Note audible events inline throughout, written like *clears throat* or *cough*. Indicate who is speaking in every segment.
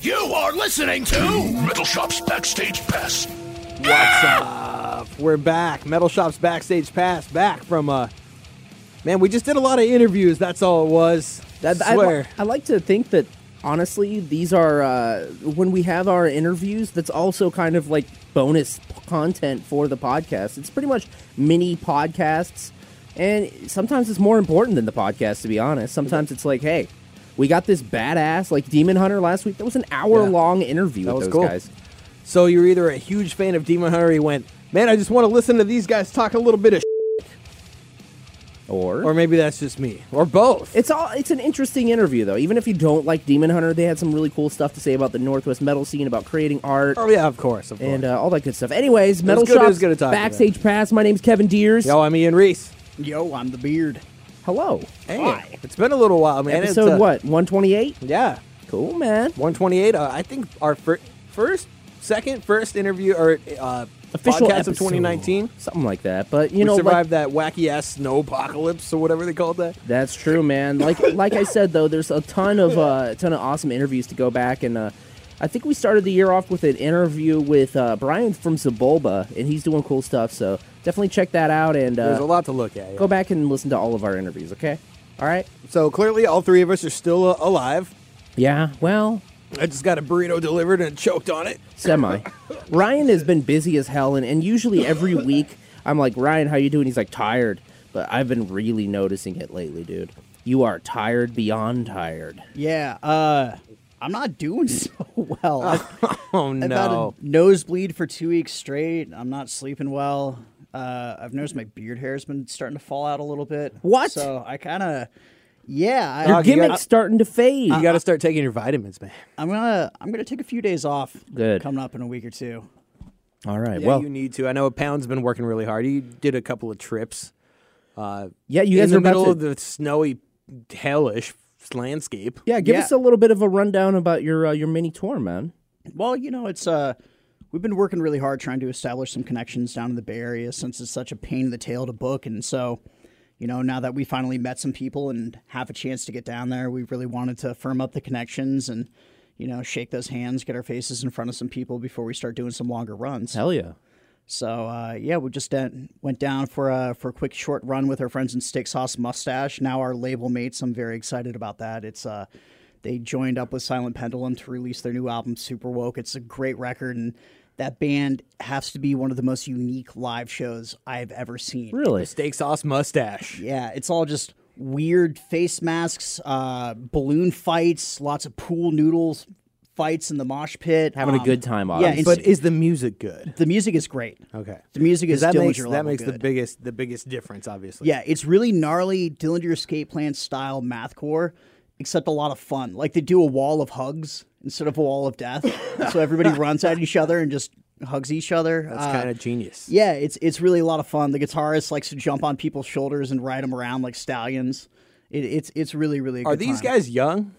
Speaker 1: You are listening to Metal Shop's Backstage Pass.
Speaker 2: What's up? We're back. Metal Shop's backstage pass back from uh Man, we just did a lot of interviews. That's all it was.
Speaker 3: That, I,
Speaker 2: swear.
Speaker 3: I like to think that honestly, these are uh, when we have our interviews. That's also kind of like bonus p- content for the podcast. It's pretty much mini podcasts, and sometimes it's more important than the podcast. To be honest, sometimes it's like, hey, we got this badass like Demon Hunter last week. That was an hour long interview
Speaker 2: That
Speaker 3: with
Speaker 2: was
Speaker 3: those
Speaker 2: cool.
Speaker 3: guys.
Speaker 2: so you're either a huge fan of Demon Hunter, or you went, man, I just want to listen to these guys talk a little bit of, shit.
Speaker 3: Or,
Speaker 2: or maybe that's just me, or both.
Speaker 3: It's all it's an interesting interview though. Even if you don't like Demon Hunter, they had some really cool stuff to say about the Northwest metal scene, about creating art.
Speaker 2: oh yeah, of course, of course.
Speaker 3: And uh, all that good stuff. Anyways, Metal
Speaker 2: good- it was
Speaker 3: Shop's
Speaker 2: good to talk to you, man.
Speaker 3: backstage pass. My name's Kevin Deers.
Speaker 2: Yo, I'm Ian Reese.
Speaker 4: Yo, I'm the beard.
Speaker 3: Hello.
Speaker 2: Hey,
Speaker 3: Hi.
Speaker 2: it's been a little while, man. It's,
Speaker 3: Episode
Speaker 2: uh,
Speaker 3: what? 128?
Speaker 2: Yeah,
Speaker 3: Cool, man.
Speaker 2: 128. Uh, I think our fir- first, second, first interview or uh,
Speaker 3: Official
Speaker 2: podcast
Speaker 3: episode.
Speaker 2: of 2019.
Speaker 3: Something like that. But you
Speaker 2: You
Speaker 3: know, like-
Speaker 2: survived that wacky ass snow apocalypse or whatever they called that.
Speaker 3: that's true,
Speaker 2: *laughs*
Speaker 3: man. Like like I said though, there's a ton of uh, a ton of awesome interviews to go back and uh, I think we started the year off with an interview with uh, Brian from Zabulba, and he's doing cool stuff. So definitely check that out and
Speaker 2: There's
Speaker 3: uh,
Speaker 2: a lot to look at. yeah.
Speaker 3: go back and listen to all of our interviews. Okay, all right.
Speaker 2: So clearly, all three of us are still uh, alive.
Speaker 3: Yeah. Well,
Speaker 2: I just got a burrito delivered and choked on it.
Speaker 3: semi. Ryan has been busy as hell, and, and usually
Speaker 2: *laughs*
Speaker 3: every week I'm like, Ryan, how you doing? He's like, tired. But I've been really noticing it lately, dude. You are tired beyond tired.
Speaker 4: Yeah, uh, I'm not doing *laughs* so
Speaker 3: *laughs*
Speaker 4: well. I've,
Speaker 2: Oh
Speaker 4: I've had a
Speaker 2: no!
Speaker 4: nosebleed for two weeks straight. I'm not sleeping well. Uh, I've noticed my beard hair's been starting to fall out a little bit.
Speaker 3: What?
Speaker 4: So I kind of, yeah, I,
Speaker 2: Your
Speaker 3: Your
Speaker 2: Dog, you
Speaker 3: gimmick's
Speaker 2: gotta-
Speaker 3: starting to fade.
Speaker 2: you got to start taking your vitamins, man.
Speaker 4: I'm gonna, I'm gonna take a few days off.
Speaker 3: Good.
Speaker 4: Coming up in a week or two.
Speaker 3: All right.
Speaker 2: Yeah,
Speaker 3: well,
Speaker 2: you need to. I know Pound's been working really hard. He did a couple of trips. Uh,
Speaker 3: yeah, you
Speaker 2: in
Speaker 3: guys
Speaker 2: the
Speaker 3: are about
Speaker 2: middle
Speaker 3: to-
Speaker 2: of the snowy, hellish landscape.
Speaker 3: yeah, give
Speaker 4: Yeah.
Speaker 3: us a little bit of a rundown about your uh, your mini tour, man.
Speaker 4: Well, you know, it's uh we've been working really hard trying to establish some connections down in the Bay Area since it's such a pain in the tail to book and so you know, now that we finally met some people and have a chance to get down there, we really wanted to firm up the connections and you know, shake those hands, get our faces in front of some people before we start doing some longer runs.
Speaker 3: Hell yeah.
Speaker 4: So uh, yeah, we just uh, went down for a for a quick short run with our friends in Steak Sauce Mustache. Now our label mates. I'm very excited about that. It's uh, they joined up with Silent Pendulum to release their new album Super Woke. It's a great record, and that band has to be one of the most unique live shows I've ever seen.
Speaker 3: Really?
Speaker 2: Steak sauce mustache.
Speaker 4: Yeah, it's all just weird face masks, uh, balloon fights, lots of pool noodles fights in the mosh pit.
Speaker 3: Having a
Speaker 4: Um,
Speaker 3: good time,
Speaker 4: Yeah,
Speaker 3: obviously.
Speaker 4: it's-
Speaker 2: But is the music good?
Speaker 4: the music is great.
Speaker 2: Okay.
Speaker 4: The music
Speaker 2: 'Cause
Speaker 4: is
Speaker 2: that
Speaker 4: Dillinger
Speaker 2: makes that
Speaker 4: level
Speaker 2: makes the
Speaker 4: good.
Speaker 2: biggest the biggest difference, obviously.
Speaker 4: Yeah, it's really gnarly Dillinger Escape Plan style mathcore, except a lot of fun. Like they do a wall of hugs instead of a wall
Speaker 2: *laughs*
Speaker 4: of death, so everybody runs at each other and just hugs each other.
Speaker 2: that's
Speaker 4: Uh,
Speaker 2: kind of genius.
Speaker 4: yeah, it's it's really a lot of fun. The guitarist likes to jump on people's shoulders and ride them around like stallions. It, it's it's really really. A
Speaker 2: Are
Speaker 4: good
Speaker 2: these
Speaker 4: time.
Speaker 2: guys young?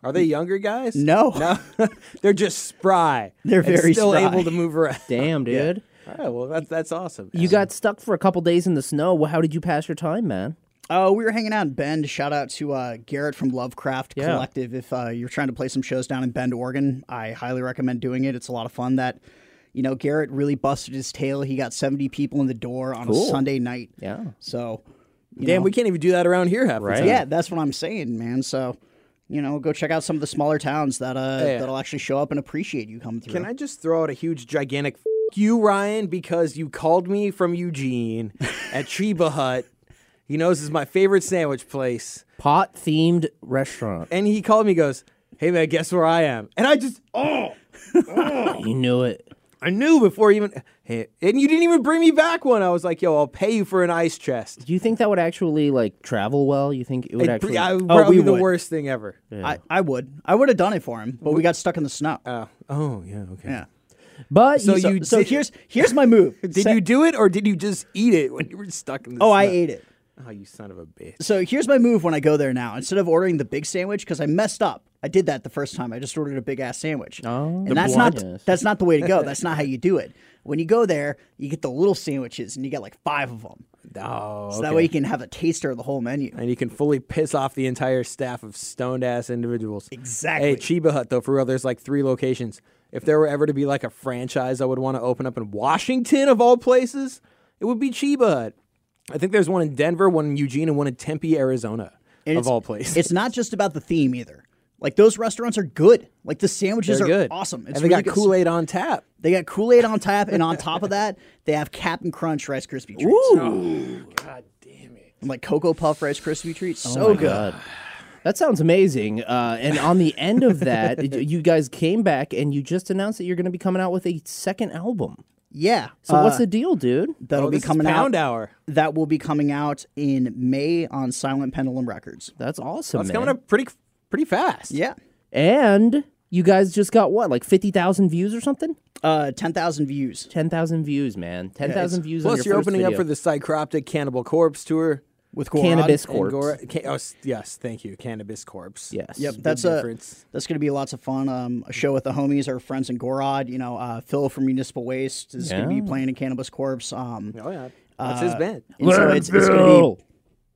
Speaker 2: Are they younger guys?
Speaker 4: No.
Speaker 2: no. They're just spry.
Speaker 4: They're
Speaker 2: and
Speaker 4: very
Speaker 2: still
Speaker 4: spry.
Speaker 2: able to
Speaker 4: *laughs*
Speaker 2: move around.
Speaker 3: Damn, dude.
Speaker 2: All right, well, that's that's awesome.
Speaker 3: You got stuck for a couple days in the snow. Well, how did you pass your time, man?
Speaker 4: Oh, we were hanging out in Bend. Shout out to uh, Garrett from Lovecraft
Speaker 3: Yeah.
Speaker 4: Collective. If uh, you're trying to play some shows down in Bend, Oregon, I highly recommend doing it. It's a lot of fun. That you know, Garrett really busted his tail. He got 70 people in the door on a Sunday night.
Speaker 3: Yeah.
Speaker 4: So, you
Speaker 2: Damn,
Speaker 4: know,
Speaker 2: we can't even do that around here half the time.
Speaker 4: yeah, that's what I'm saying, man. So, you know, go check out some of the smaller towns that uh
Speaker 2: Yeah.
Speaker 4: that'll actually show up and appreciate you coming through.
Speaker 2: Can I just throw out a huge, gigantic f you, Ryan, because you called me from Eugene
Speaker 4: *laughs*
Speaker 2: at Chiba Hut. He knows is my favorite sandwich place.
Speaker 3: Pot themed restaurant.
Speaker 2: And he called me, he goes, Hey man, guess where I am? And I just, oh,
Speaker 3: You knew it.
Speaker 2: I knew before even, hey, and you didn't even bring me back one. I was like, Yo, I'll pay you for an ice chest.
Speaker 3: Do you think that would actually like travel well? You think it would
Speaker 2: It'd
Speaker 3: actually?
Speaker 2: be- I,
Speaker 3: oh,
Speaker 2: probably
Speaker 3: we
Speaker 2: the
Speaker 3: would.
Speaker 2: worst thing ever.
Speaker 4: I, I would. I would have done it for him, but we got stuck in the snow.
Speaker 2: Oh, oh yeah, okay.
Speaker 4: yeah.
Speaker 3: But
Speaker 2: So
Speaker 3: you, *laughs*
Speaker 4: So,
Speaker 2: you
Speaker 4: so
Speaker 2: did-
Speaker 4: here's here's my
Speaker 2: *laughs*
Speaker 4: move.
Speaker 2: Did you do it or did you just eat it when you were stuck in the
Speaker 4: Oh, I
Speaker 2: snow?
Speaker 4: ate it.
Speaker 2: Oh, you son of a bitch.
Speaker 4: So here's my move when I go there now. Instead of ordering the big sandwich, because I messed up. I did that the first time. I just ordered a big ass sandwich.
Speaker 3: Oh. The
Speaker 4: and that's not
Speaker 3: blindness.
Speaker 4: that's not the way to go. That's not
Speaker 2: *laughs*
Speaker 4: how you do it. When you go there, you get the little sandwiches, and you get like five of them.
Speaker 2: Oh,
Speaker 4: So that way you can have a taster of the whole menu.
Speaker 2: and you can fully piss off the entire staff of stoned ass individuals.
Speaker 4: Exactly.
Speaker 2: Hey, Chiba Hut though, for real, there's like three locations. If there were ever to be like a franchise I would want to open up in Washington of all places, it would be Chiba Hut. I think there's one in Denver, one in Eugene, and one in Tempe, Arizona,
Speaker 4: And
Speaker 2: of
Speaker 4: it's-
Speaker 2: all places.
Speaker 4: It's not just about the theme either. Like those restaurants are good. Like the sandwiches
Speaker 2: They're
Speaker 4: are
Speaker 2: good,
Speaker 4: awesome. It's
Speaker 2: and they
Speaker 4: really
Speaker 2: got
Speaker 4: good.
Speaker 2: Kool Aid on tap.
Speaker 4: They got Kool Aid on tap, and on top of that, they have Captain Crunch Rice Krispie treats.
Speaker 2: Oh,
Speaker 4: And like Cocoa Puff Rice Krispie treats.
Speaker 2: Oh
Speaker 4: so good.
Speaker 3: Oh, That sounds amazing. Uh, and on the end
Speaker 2: *laughs*
Speaker 3: of that, y- you guys came back and you just announced that you're going to be coming out with a second album.
Speaker 4: Yeah.
Speaker 3: So
Speaker 4: uh,
Speaker 3: what's the deal, dude?
Speaker 4: that'll
Speaker 2: Oh,
Speaker 4: be
Speaker 2: this is
Speaker 4: coming
Speaker 2: Pound
Speaker 4: out?
Speaker 2: Hour.
Speaker 4: That will be coming out in May on Silent Pendulum Records.
Speaker 3: That's awesome.
Speaker 2: It's
Speaker 3: man.
Speaker 2: coming up pretty pretty fast.
Speaker 4: Yeah.
Speaker 3: And you guys just got what, like fifty thousand views or something?
Speaker 4: Uh, ten thousand views,
Speaker 3: Ten thousand views, man. Ten thousand views. on
Speaker 2: Plus,
Speaker 3: your
Speaker 2: you're
Speaker 3: first
Speaker 2: opening up
Speaker 3: video.
Speaker 2: for the Psychroptic Cannibal Corpse tour.
Speaker 4: with Goron.
Speaker 3: Cannabis
Speaker 2: and
Speaker 3: Corpse.
Speaker 2: Gora- ca- oh, s- yes, thank you, Cannabis Corpse.
Speaker 3: Yes.
Speaker 4: Yep,
Speaker 2: the
Speaker 4: that's a
Speaker 2: difference.
Speaker 4: that's going to be lots of fun. Um, a show with the homies, our friends in Gorod. You know, uh, Phil from Municipal Waste is going to
Speaker 3: Yeah.
Speaker 4: be playing in Cannabis Corpse. Um,
Speaker 2: Oh yeah, that's
Speaker 3: Uh,
Speaker 2: his band.
Speaker 4: and so it's, it's going to be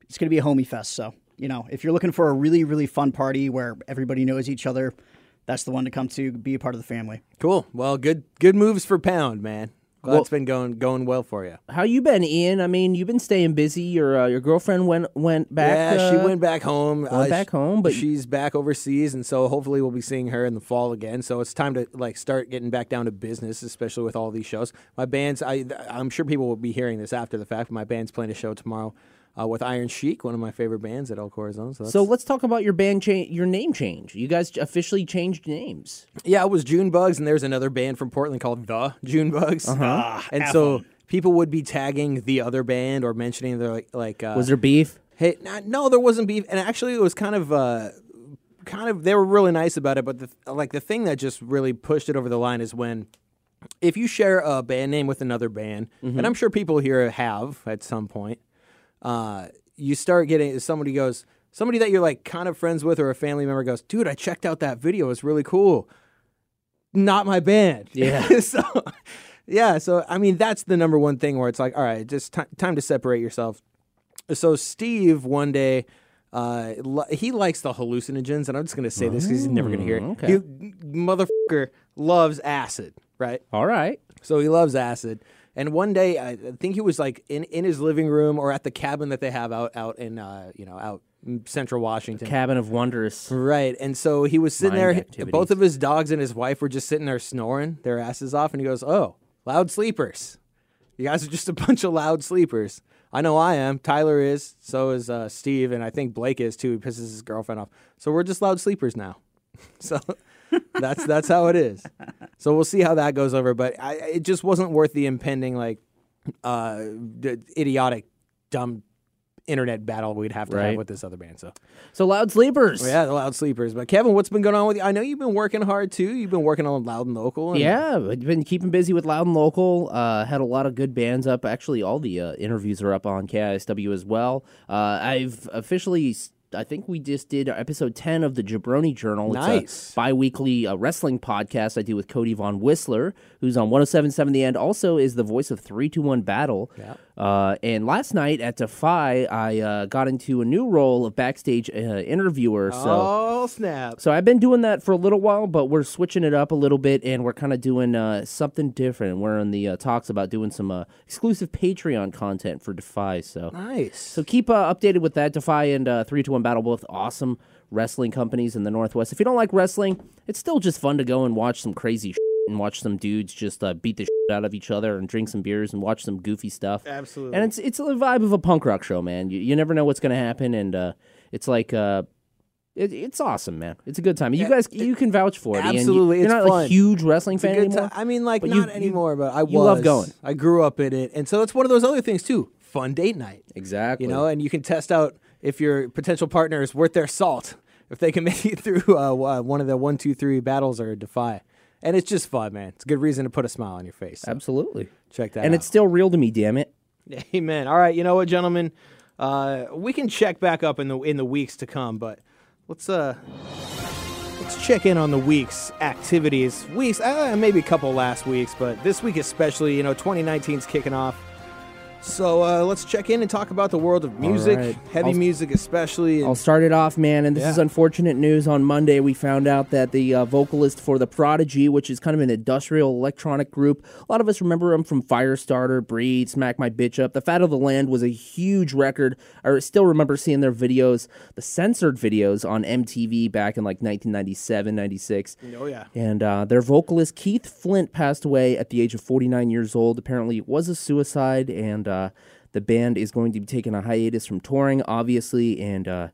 Speaker 4: it's going to be a homie fest. So you know, if you're looking for a really really fun party where everybody knows each other, that's the one to come to. Be a part of the family.
Speaker 2: Cool. Well, good good moves for Pound, man. Glad it's been going going well for you.
Speaker 3: How you been, Ian? I mean, you've been staying busy. Your uh, your girlfriend went went back.
Speaker 2: yeah, she
Speaker 3: uh,
Speaker 2: went back home. Went
Speaker 3: back home, but-
Speaker 2: she's back overseas, and so hopefully we'll be seeing her in the fall again. So it's time to like start getting back down to business, especially with all these shows. My band's I I'm sure people will be hearing this after the fact. But my band's playing a show tomorrow uh, with Iron Chic, one of my favorite bands at El Corazon. So, that's,
Speaker 3: So let's talk about your band change, your name change. You guys officially changed names.
Speaker 2: yeah, it was June Bugs, and there's another band from Portland called The June Bugs, and so. People would be tagging the other band or mentioning their like like uh,
Speaker 3: Was there beef?
Speaker 2: Hey, nah, no, there wasn't beef, and actually, it was kind of, uh, kind of. They were really nice about it, but the, like the thing that just really pushed it over the line is when, if you share a band name with another band, and I'm sure people here have at some point, uh, you start getting somebody goes, somebody that you're like kind of friends with or a family member goes, dude, I checked out that video, it's really cool. Not my band. Yeah. *laughs* so, yeah. So I mean, that's the number one thing where it's like, all right, just ti time to separate yourself so Steve one day uh, li- he likes the hallucinogens, and I'm just gonna say this because he's never gonna hear it. He motherfucker loves acid, right?
Speaker 3: All right.
Speaker 2: So he loves acid. And one day, I I think he was like in, in his living room or at the cabin that they have out out in uh, you know out in central Washington.
Speaker 3: Cabin of Wonders.
Speaker 2: Right. And so he was sitting
Speaker 3: Mind
Speaker 2: there.
Speaker 3: activities.
Speaker 2: Both of his dogs and his wife were just sitting there snoring their asses off. And he goes, Oh, loud sleepers. You guys are just a *laughs* bunch of loud sleepers. I know I am. Tyler is. So is uh, Steve. And I think Blake is too. He pisses his girlfriend off. So we're just loud sleepers now. *laughs* so. that's that's how it is. So we'll see how that goes over, but I, it just wasn't worth the impending like uh, d- idiotic, dumb internet battle we'd have to have
Speaker 3: Right.
Speaker 2: with this other band. So
Speaker 3: So Loud Sleepers.
Speaker 2: yeah, the loud sleepers. But Kevin, what's been going on with you? I know you've been working hard too. You've been working on loud and local. and-
Speaker 3: Yeah, I've been keeping busy with Loud and Local. Uh, had a lot of good bands up. Actually, all the uh, interviews are up on KISW as well. Uh, I've officially, s- I think we just did episode 10 of the Jabroni Journal.
Speaker 2: Nice.
Speaker 3: It's a bi weekly uh, wrestling podcast I do with Cody Von Whistler, who's on 1077 The End, also is the voice of 321 Battle. Yeah. Uh, and last night at Defy, I uh, got into a new role of backstage uh, interviewer. So.
Speaker 2: Oh snap!
Speaker 3: So I've been doing that for a little while, but we're switching it up a little bit, and we're kind of doing uh, something different. We're in the uh, talks about doing some uh, exclusive Patreon content for Defy. So,
Speaker 2: Nice.
Speaker 3: so keep uh, updated with that. Defy and uh, Three to One Battle both awesome wrestling companies in the Northwest. If you don't like wrestling, it's still just fun to go and watch some crazy shit and watch some dudes just uh, beat the shit out of each other and drink some beers and watch some goofy stuff.
Speaker 2: Absolutely.
Speaker 3: And it's it's the vibe of a punk rock show, man. You, you never know what's gonna happen, and uh, it's like. Uh, it, it's awesome, man. It's a good time. You guys, you can vouch for it. Ian. You-
Speaker 2: absolutely,
Speaker 3: you're
Speaker 2: it's
Speaker 3: not
Speaker 2: fun.
Speaker 3: a huge wrestling fan
Speaker 2: It's a good
Speaker 3: anymore.
Speaker 2: ti- I mean, like
Speaker 3: but you-
Speaker 2: not
Speaker 3: you-
Speaker 2: anymore, but I was.
Speaker 3: you love going.
Speaker 2: I grew up in it, and so it's one of those other things too. Fun date night,
Speaker 3: Exactly.
Speaker 2: you know, and you can test out if your potential partner is worth their salt, if they can *laughs* make it through uh, wa- one of the one, two, three battles or defy. And it's just fun, man. It's a good reason to put a smile on your face. so
Speaker 3: Absolutely.
Speaker 2: check that
Speaker 3: and
Speaker 2: out.
Speaker 3: it's still real to me, damn it.
Speaker 2: Amen. All right, you know what, gentlemen, uh, we can check back up in the in the weeks to come, but let's uh let's check in on the week's activities. Weeks, uh, maybe a couple last weeks, but this week especially, you know, 2019's kicking off. So uh, let's check in and talk about the world of music,
Speaker 3: right.
Speaker 2: heavy
Speaker 3: I'll-
Speaker 2: music especially. and-
Speaker 3: I'll start it off, man. And this
Speaker 2: Yeah.
Speaker 3: is unfortunate news. On Monday, we found out that the uh, vocalist for The Prodigy, which is kind of an industrial electronic group, a lot of us remember him from Firestarter, Breed, Smack My Bitch Up. The Fat of the Land was a huge record. I still remember seeing their videos, the censored videos on MTV back in like 1997, 96.
Speaker 2: oh yeah.
Speaker 3: And uh, their vocalist Keith Flint passed away at the age of 49 years old. Apparently, it was a suicide, and uh, the band is going to be taking a hiatus from touring, obviously,
Speaker 2: *laughs*
Speaker 3: and uh,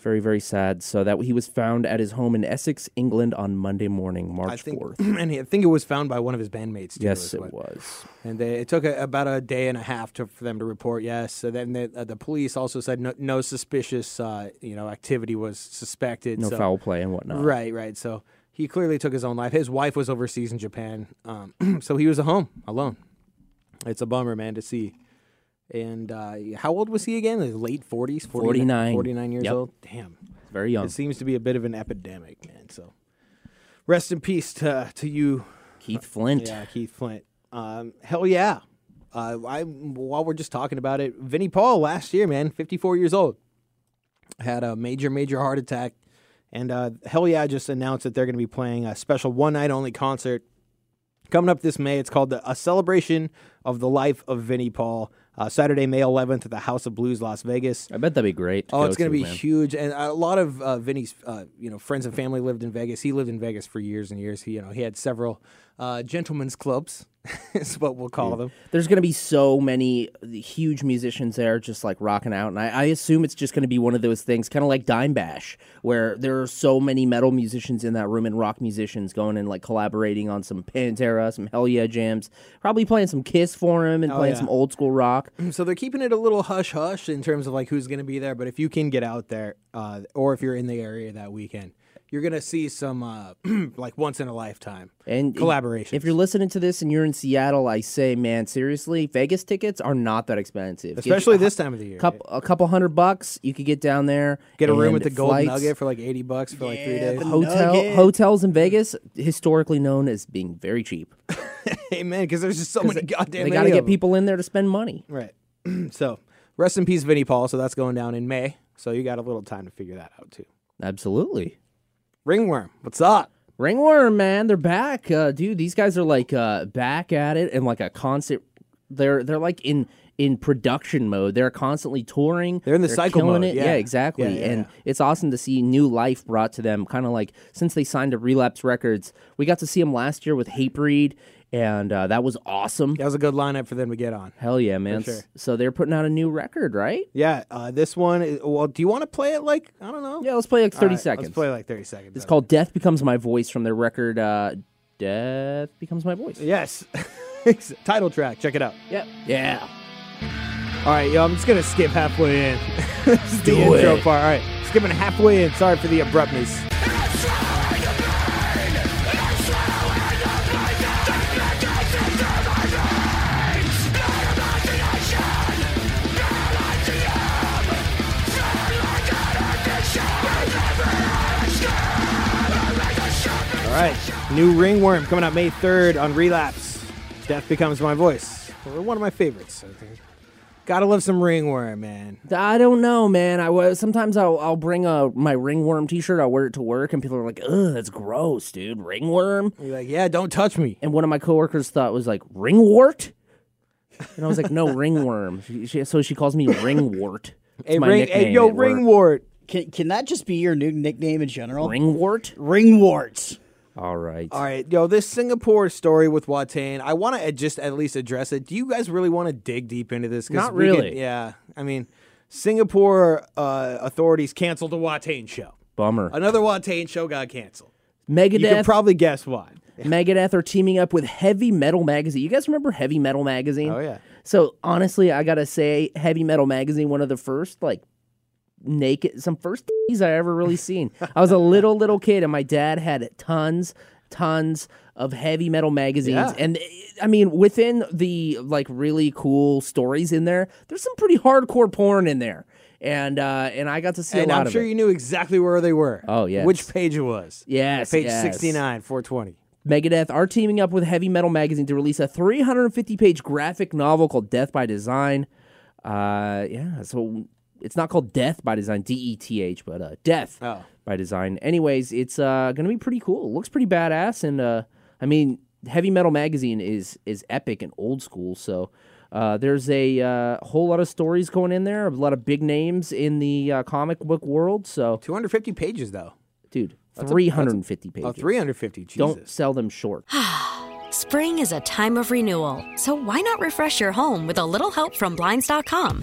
Speaker 3: very, very sad. So that he was found at his home in Essex, England, on Monday morning, March
Speaker 2: I think,
Speaker 3: 4th.
Speaker 2: *clears throat* and I think it was found by one of his bandmates. Too,
Speaker 3: Yes,
Speaker 2: is
Speaker 3: it
Speaker 2: what-
Speaker 3: was.
Speaker 2: And they, it took a, about a day and a half to, for them to report yes. So then the, uh, the police also said no, no suspicious, uh, you know, activity was suspected.
Speaker 3: No
Speaker 2: so,
Speaker 3: foul play and whatnot.
Speaker 2: Right, right. So he clearly took his own life. His wife was overseas in Japan, um, *clears throat* so he was at home alone. It's a bummer, man, to see. And uh, how old was he again? His late forties,
Speaker 3: 49.
Speaker 2: 49 years
Speaker 3: Yep. Oh.
Speaker 2: old. Damn.
Speaker 3: Very young.
Speaker 2: It seems to be a bit of an epidemic, man. So rest in peace to to you,
Speaker 3: Keith Flint.
Speaker 2: yeah, Keith Flint. Um, hell yeah. Uh, I while we're just talking about it, Vinnie Paul last year, man, 54 years old, had a major, major heart attack, and uh, hell yeah, just announced that they're going to be playing a special one night only concert coming up this May. It's called the, a celebration of the life of Vinnie Paul. Uh, Saturday, May 11th at the House of Blues, Las Vegas.
Speaker 3: I bet that'd be great.
Speaker 2: Oh, it's
Speaker 3: going
Speaker 2: going
Speaker 3: to
Speaker 2: to be
Speaker 3: man.
Speaker 2: huge, and a lot of uh, Vinny's, uh, you know, friends and family lived in Vegas. He lived in Vegas for years and years. He, you know, he had several uh, gentlemen's clubs, *laughs* is what we'll
Speaker 3: Hmm.
Speaker 2: call them.
Speaker 3: There's going to be so many huge musicians there just like rocking out. And I, I assume it's just going to be one of those things, kind of like Dime Bash, where there are so many metal musicians in that room and rock musicians going and like collaborating on some Pantera, some Hell Yeah jams, probably playing some Kiss for him and playing
Speaker 2: Oh, yeah.
Speaker 3: some old school rock.
Speaker 2: So they're keeping it a little hush hush in terms of like who's going to be there. But if you can get out there, uh, or if you're in the area that weekend, you're going to see some uh, *clears throat* like once in a lifetime
Speaker 3: And
Speaker 2: collaborations.
Speaker 3: If you're listening to this and you're in Seattle, I say, man, seriously, Vegas tickets are not that expensive. Get
Speaker 2: *laughs*
Speaker 3: you
Speaker 2: especially
Speaker 3: a
Speaker 2: this time of the year,
Speaker 3: Couple, a couple hundred bucks, you could get down there.
Speaker 2: get a room
Speaker 3: and
Speaker 2: with the gold
Speaker 3: flights.
Speaker 2: nugget for like eighty bucks for like three
Speaker 4: Yeah,
Speaker 2: days.
Speaker 4: the
Speaker 3: hotel
Speaker 4: Nugget.
Speaker 3: hotels in Vegas historically known as being very cheap.
Speaker 2: *laughs* Hey man, because there's
Speaker 3: *laughs*
Speaker 2: just so many goddamn.
Speaker 3: they
Speaker 2: got
Speaker 3: to get people in there to spend money.
Speaker 2: Right. *clears throat* so, rest in peace, Vinnie Paul. So that's going down in May. So you got a little time to figure that out too.
Speaker 3: Absolutely.
Speaker 2: Ringworm, what's up?
Speaker 3: Ringworm, man, they're back, uh, dude. These guys are like uh, back at it and like a concert. They're they're like in in production mode. They're constantly touring.
Speaker 2: They're in the cycle
Speaker 3: killing
Speaker 2: mode,
Speaker 3: It.
Speaker 2: yeah.
Speaker 3: exactly.
Speaker 2: Yeah, yeah,
Speaker 3: and
Speaker 2: yeah.
Speaker 3: it's awesome to see new life brought to them. Kind of like since they signed to Relapse Records, we got to see them last year with Hatebreed, and uh, that was awesome.
Speaker 2: That was a good lineup for them to get on.
Speaker 3: Hell yeah, man!
Speaker 2: sure.
Speaker 3: So they're putting out a new record, right?
Speaker 2: Yeah, uh, this one. Is, well, do you want to play it like I don't know?
Speaker 3: Yeah, let's play like 30
Speaker 2: All right,
Speaker 3: seconds.
Speaker 2: Let's play like thirty seconds.
Speaker 3: It's called Death Becomes My Voice from their record uh, Death Becomes My Voice.
Speaker 2: Yes. *laughs* Title track. Check it out.
Speaker 3: Yep. Yeah.
Speaker 2: All right, yo, I'm just gonna skip halfway in. *laughs* this is the intro
Speaker 3: it.
Speaker 2: part. All right, skipping halfway in. Sorry for the abruptness. All right, new ringworm coming out May 3rd on Relapse. Death becomes my voice. One of my favorites. I think. Gotta love some ringworm, man.
Speaker 3: I don't know, man. I was sometimes I'll, I'll bring a my ringworm T-shirt. I'll wear it to work, and people are like, "Ugh, that's gross, dude. Ringworm."
Speaker 2: You're like, yeah, don't touch me.
Speaker 3: And one of my coworkers thought it was like ringwort,
Speaker 2: *laughs*
Speaker 3: and I was like, "No, ringworm." She, she, so she calls me ringwort. It's
Speaker 2: Hey,
Speaker 3: my
Speaker 2: ring,
Speaker 3: nickname
Speaker 2: hey, yo,
Speaker 3: at work.
Speaker 2: ringwort.
Speaker 4: Can can that just be your new nickname in general?
Speaker 3: Ringwort.
Speaker 4: Ringwarts.
Speaker 3: All right.
Speaker 2: All right, yo, this Singapore story with Watan, I want to just at least address it. Do you guys really want to dig deep into this? 'Cause
Speaker 3: Not
Speaker 2: we could-
Speaker 3: really.
Speaker 2: yeah, I mean, Singapore uh, authorities canceled a Watan show.
Speaker 3: Bummer.
Speaker 2: Another Watan show got canceled. You
Speaker 3: Megadeth.
Speaker 2: can probably guess why.
Speaker 3: Megadeth are teaming up with Heavy Metal Magazine. You guys remember Heavy Metal Magazine?
Speaker 2: Oh, yeah.
Speaker 3: So honestly, I gotta say, Heavy Metal Magazine, one of the first like naked, some first *laughs* D's I ever really seen. I was a little little kid, and my dad had tons, tons of Heavy Metal magazines,
Speaker 2: Yeah.
Speaker 3: and eh, I mean, within the like really cool stories in there, there's some pretty hardcore porn in there, and uh, and I got to see
Speaker 2: and
Speaker 3: a lot
Speaker 2: I'm
Speaker 3: of
Speaker 2: sure
Speaker 3: it.
Speaker 2: you knew exactly where they were.
Speaker 3: Oh, yes.
Speaker 2: Which page it was.
Speaker 3: Yes,
Speaker 2: Page
Speaker 3: yes.
Speaker 2: 69, 420.
Speaker 3: Megadeth are teaming up with Heavy Metal Magazine to release a 350 page graphic novel called Death by Design. Uh, yeah, so it's not called Death by Design, D E T H, but uh, Death
Speaker 2: Oh.
Speaker 3: by Design. Anyways, it's uh, going to be pretty cool. It looks pretty badass. And uh, I mean, Heavy Metal Magazine is, is epic and old school. So uh, there's a uh, whole lot of stories going in there, a lot of big names in the uh, comic book world. So,
Speaker 2: 250 pages, though.
Speaker 3: dude, 350 pages.
Speaker 2: Oh, 350. Jesus.
Speaker 3: Don't sell them short.
Speaker 5: Spring is a time of renewal, so why not refresh your home with a little help from Blinds.com?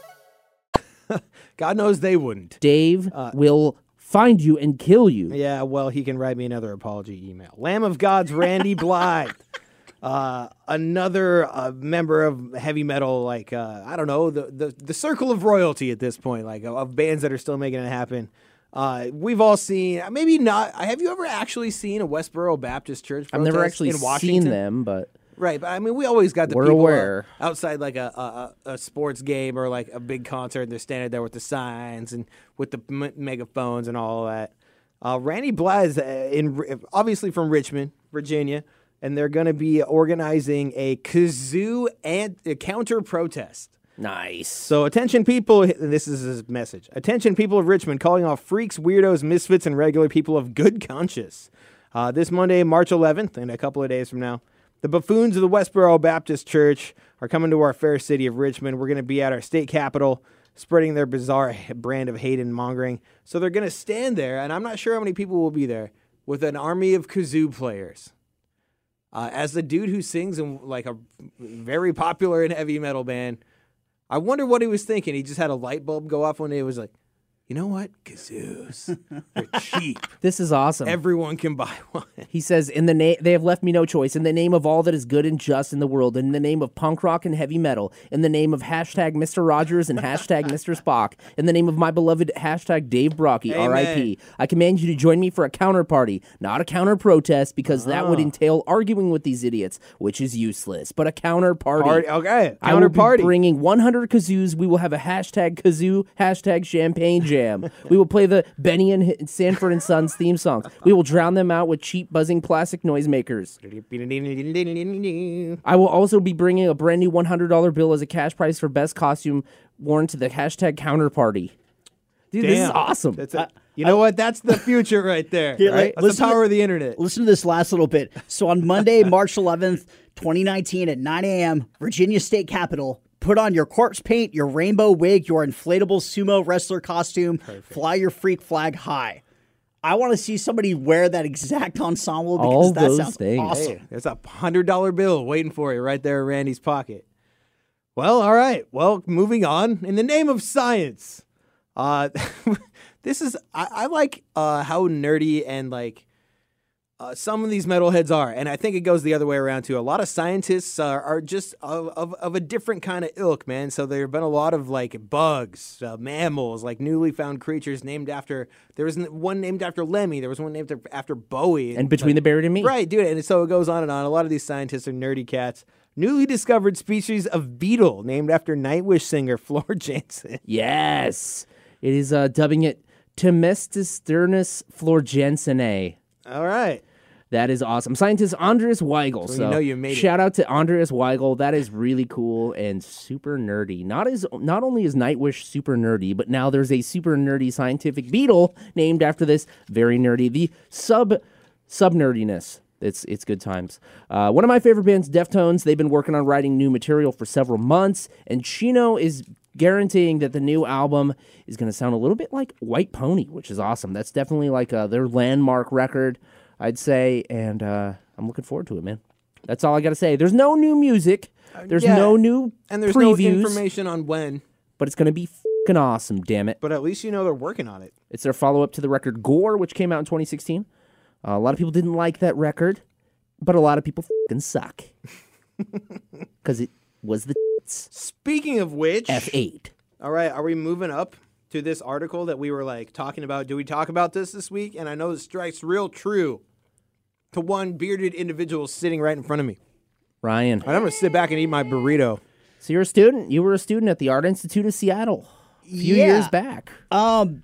Speaker 2: God knows they wouldn't.
Speaker 3: Dave will find you and kill you.
Speaker 2: Uh, *laughs* Yeah, well, he can write me another apology email. Lamb of God's Randy
Speaker 3: *laughs*
Speaker 2: Blythe. Uh, another uh, member of heavy metal, like uh, I don't know the, the the circle of royalty at this point, like of, of bands that are still making it happen. Uh, we've all seen, uh, maybe not. Have you ever actually seen a Westboro Baptist Church?
Speaker 3: I've never
Speaker 2: protest
Speaker 3: actually
Speaker 2: in
Speaker 3: seen
Speaker 2: Washington?
Speaker 3: them, but
Speaker 2: Right, but I mean, we always got the
Speaker 3: We're
Speaker 2: people uh,
Speaker 3: aware.
Speaker 2: outside like a, a a a sports game or like a big concert, and they're standing there with the signs and with the m- megaphones and all that. Uh, Randy Blythe uh, in obviously from Richmond, Virginia, and they're going to be organizing a kazoo and a counter protest.
Speaker 3: nice.
Speaker 2: So attention people, this is his message. Attention people of Richmond, calling all freaks, weirdos, misfits, and regular people of good conscience. Uh, this Monday, March 11th, and a couple of days from now, the buffoons of the Westboro Baptist Church are coming to our fair city of Richmond. We're going to be at our state capitol, spreading their bizarre h- brand of hate and mongering. So they're going to stand there, and I'm not sure how many people will be there, with an army of kazoo players. Uh, as the dude who sings in like a very popular and heavy metal band, I wonder what he was thinking. He just had a light bulb go off one day. It was like, you know what? Kazoos.
Speaker 4: *laughs*
Speaker 2: They're cheap.
Speaker 3: This is awesome.
Speaker 2: Everyone can buy one.
Speaker 3: he says, "In the name, they have left me no choice. In the name of all that is good and just in the world, in the name of punk rock and heavy metal, in the name of hashtag Mister Rogers and hashtag
Speaker 2: *laughs*
Speaker 3: Mister Spock, in the name of my beloved hashtag Dave Brocky, R.I.P. I command you to join me for a counter party, not a counter protest, because that
Speaker 2: Ah.
Speaker 3: would entail arguing with these idiots, which is useless. But a counter party.
Speaker 2: Party- okay,
Speaker 3: I will
Speaker 2: counter
Speaker 3: be
Speaker 2: party.
Speaker 3: bringing 100 kazoos. We will have a hashtag kazoo, hashtag champagne jam. we will play the Benny and H- Sanford and Sons theme songs. We will drown them out with cheap buzzing plastic noisemakers. I will also be bringing a brand new $100 bill as a cash prize for best costume worn to the hashtag counter party. Dude, this is
Speaker 2: Damn.
Speaker 3: awesome.
Speaker 2: That's it. You know what? That's the future right there.
Speaker 4: Yeah,
Speaker 2: right?
Speaker 4: like,
Speaker 2: That's the
Speaker 4: listen to-
Speaker 2: power of the internet.
Speaker 4: Listen to this last little bit. So on Monday, *laughs* March 11th, 2019, at 9 a.m., Virginia State Capitol, put on your corpse paint, your rainbow wig, your inflatable sumo wrestler costume, fly your freak flag high. I want to see somebody wear that exact ensemble because
Speaker 3: All
Speaker 4: that
Speaker 3: those
Speaker 4: sounds
Speaker 3: things.
Speaker 4: awesome.
Speaker 2: Hey, there's a hundred dollar bill waiting for you right there in Randy's pocket. Well, all right. Well, moving on. In the name of science, *laughs* uh, this is I, I like uh, how nerdy and like uh, some of these metalheads are, and I think it goes the other way around too. A lot of scientists are, are just of, of, of a different kind of ilk, man. So there have been a lot of like bugs, uh, mammals, like newly found creatures named after. There was n- one named after Lemmy. There was one named after, after Bowie.
Speaker 3: And between the buried and me,
Speaker 2: Right, dude. And so it goes on and on. A lot of these scientists are nerdy cats. Newly discovered species of beetle named after Nightwish singer Floor *laughs* Jansen.
Speaker 3: Yes, it is uh, dubbing it Temestisternus florgensinae.
Speaker 2: All right.
Speaker 3: That is awesome. Scientist Andreas Weigel. So,
Speaker 2: you know you made it.
Speaker 3: shout out to Andreas Weigel. That is really cool and super nerdy. Not as not only is Nightwish super nerdy, but now there's a super nerdy scientific beetle named after this very nerdy. The sub sub nerdiness. It's it's good times. Uh, one of my favorite bands, Deftones. They've been working on writing new material for several months, and Chino is guaranteeing that the new album is going to sound a little bit like White Pony, which is awesome. That's definitely like uh, their landmark record. I'd say, and uh, I'm looking forward to it, man. That's all I gotta say. There's no new music. There's
Speaker 2: Uh, yeah,
Speaker 3: no new
Speaker 2: And there's no
Speaker 3: previews,
Speaker 2: information on when,
Speaker 3: but it's gonna be fucking awesome. Damn it!
Speaker 2: but at least you know they're working on it.
Speaker 3: It's their follow up to the record Gore, which came out in 2016. Uh, a lot of people didn't like that record, but a lot of people
Speaker 2: *laughs*
Speaker 3: fucking suck because it was the
Speaker 2: Speaking of which,
Speaker 3: F8.
Speaker 2: all right, are we moving up to this article that we were like talking about? Do we talk about this this week? And I know this strikes real true to one bearded individual sitting right in front of me.
Speaker 3: Ryan,
Speaker 2: And I'm going to sit back and eat my burrito.
Speaker 3: so you're a student. You were a student at the Art Institute of Seattle a few
Speaker 4: Yeah.
Speaker 3: years back.
Speaker 4: Um,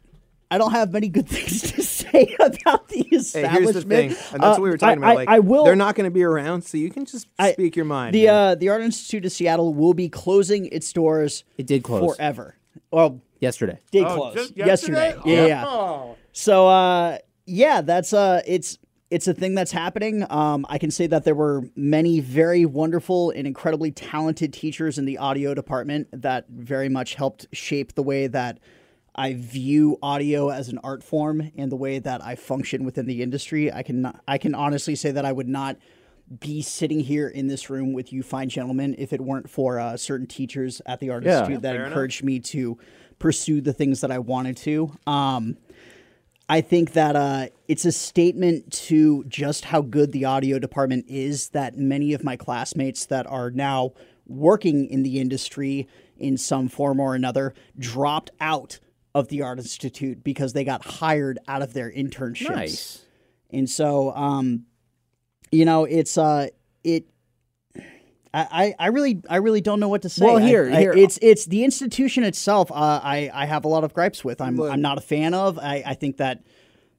Speaker 4: I don't have many good *laughs* things to say about the
Speaker 2: Hey,
Speaker 4: establishment.
Speaker 2: here's the thing, and that's
Speaker 4: Uh,
Speaker 2: what we were talking
Speaker 4: I-
Speaker 2: about.
Speaker 4: I-
Speaker 2: Like,
Speaker 4: I, will.
Speaker 2: They're not going to be around, so you can just
Speaker 4: I-
Speaker 2: speak your mind.
Speaker 4: The
Speaker 2: man.
Speaker 4: uh, the Art Institute of Seattle will be closing its doors.
Speaker 3: It did close
Speaker 4: forever. Well,
Speaker 3: yesterday.
Speaker 4: did
Speaker 1: Oh,
Speaker 4: close
Speaker 1: just
Speaker 4: yesterday.
Speaker 1: yesterday? Oh,
Speaker 4: Yeah, yeah. So uh, yeah, that's uh, it's it's a thing that's happening. Um, I can say that there were many very wonderful and incredibly talented teachers in the audio department that very much helped shape the way that I view audio as an art form and the way that I function within the industry. I can I can honestly say that I would not be sitting here in this room with you fine gentlemen if it weren't for uh, certain teachers at the art
Speaker 3: Yeah.
Speaker 4: institute that encouraged me to pursue the things that i wanted to um, I think that uh, it's a statement to just how good the audio department is that many of my classmates that are now working in the industry in some form or another dropped out of the Art Institute because they got hired out of their internships.
Speaker 3: Nice.
Speaker 4: And so, um, you know, it's uh, it. I, I I really I really don't know what to say.
Speaker 3: Well,
Speaker 4: I-
Speaker 3: here-
Speaker 4: I-
Speaker 3: here-
Speaker 4: it's it's the institution itself. Uh, I I have a lot of gripes with. I'm I'm not a fan of. I, I think that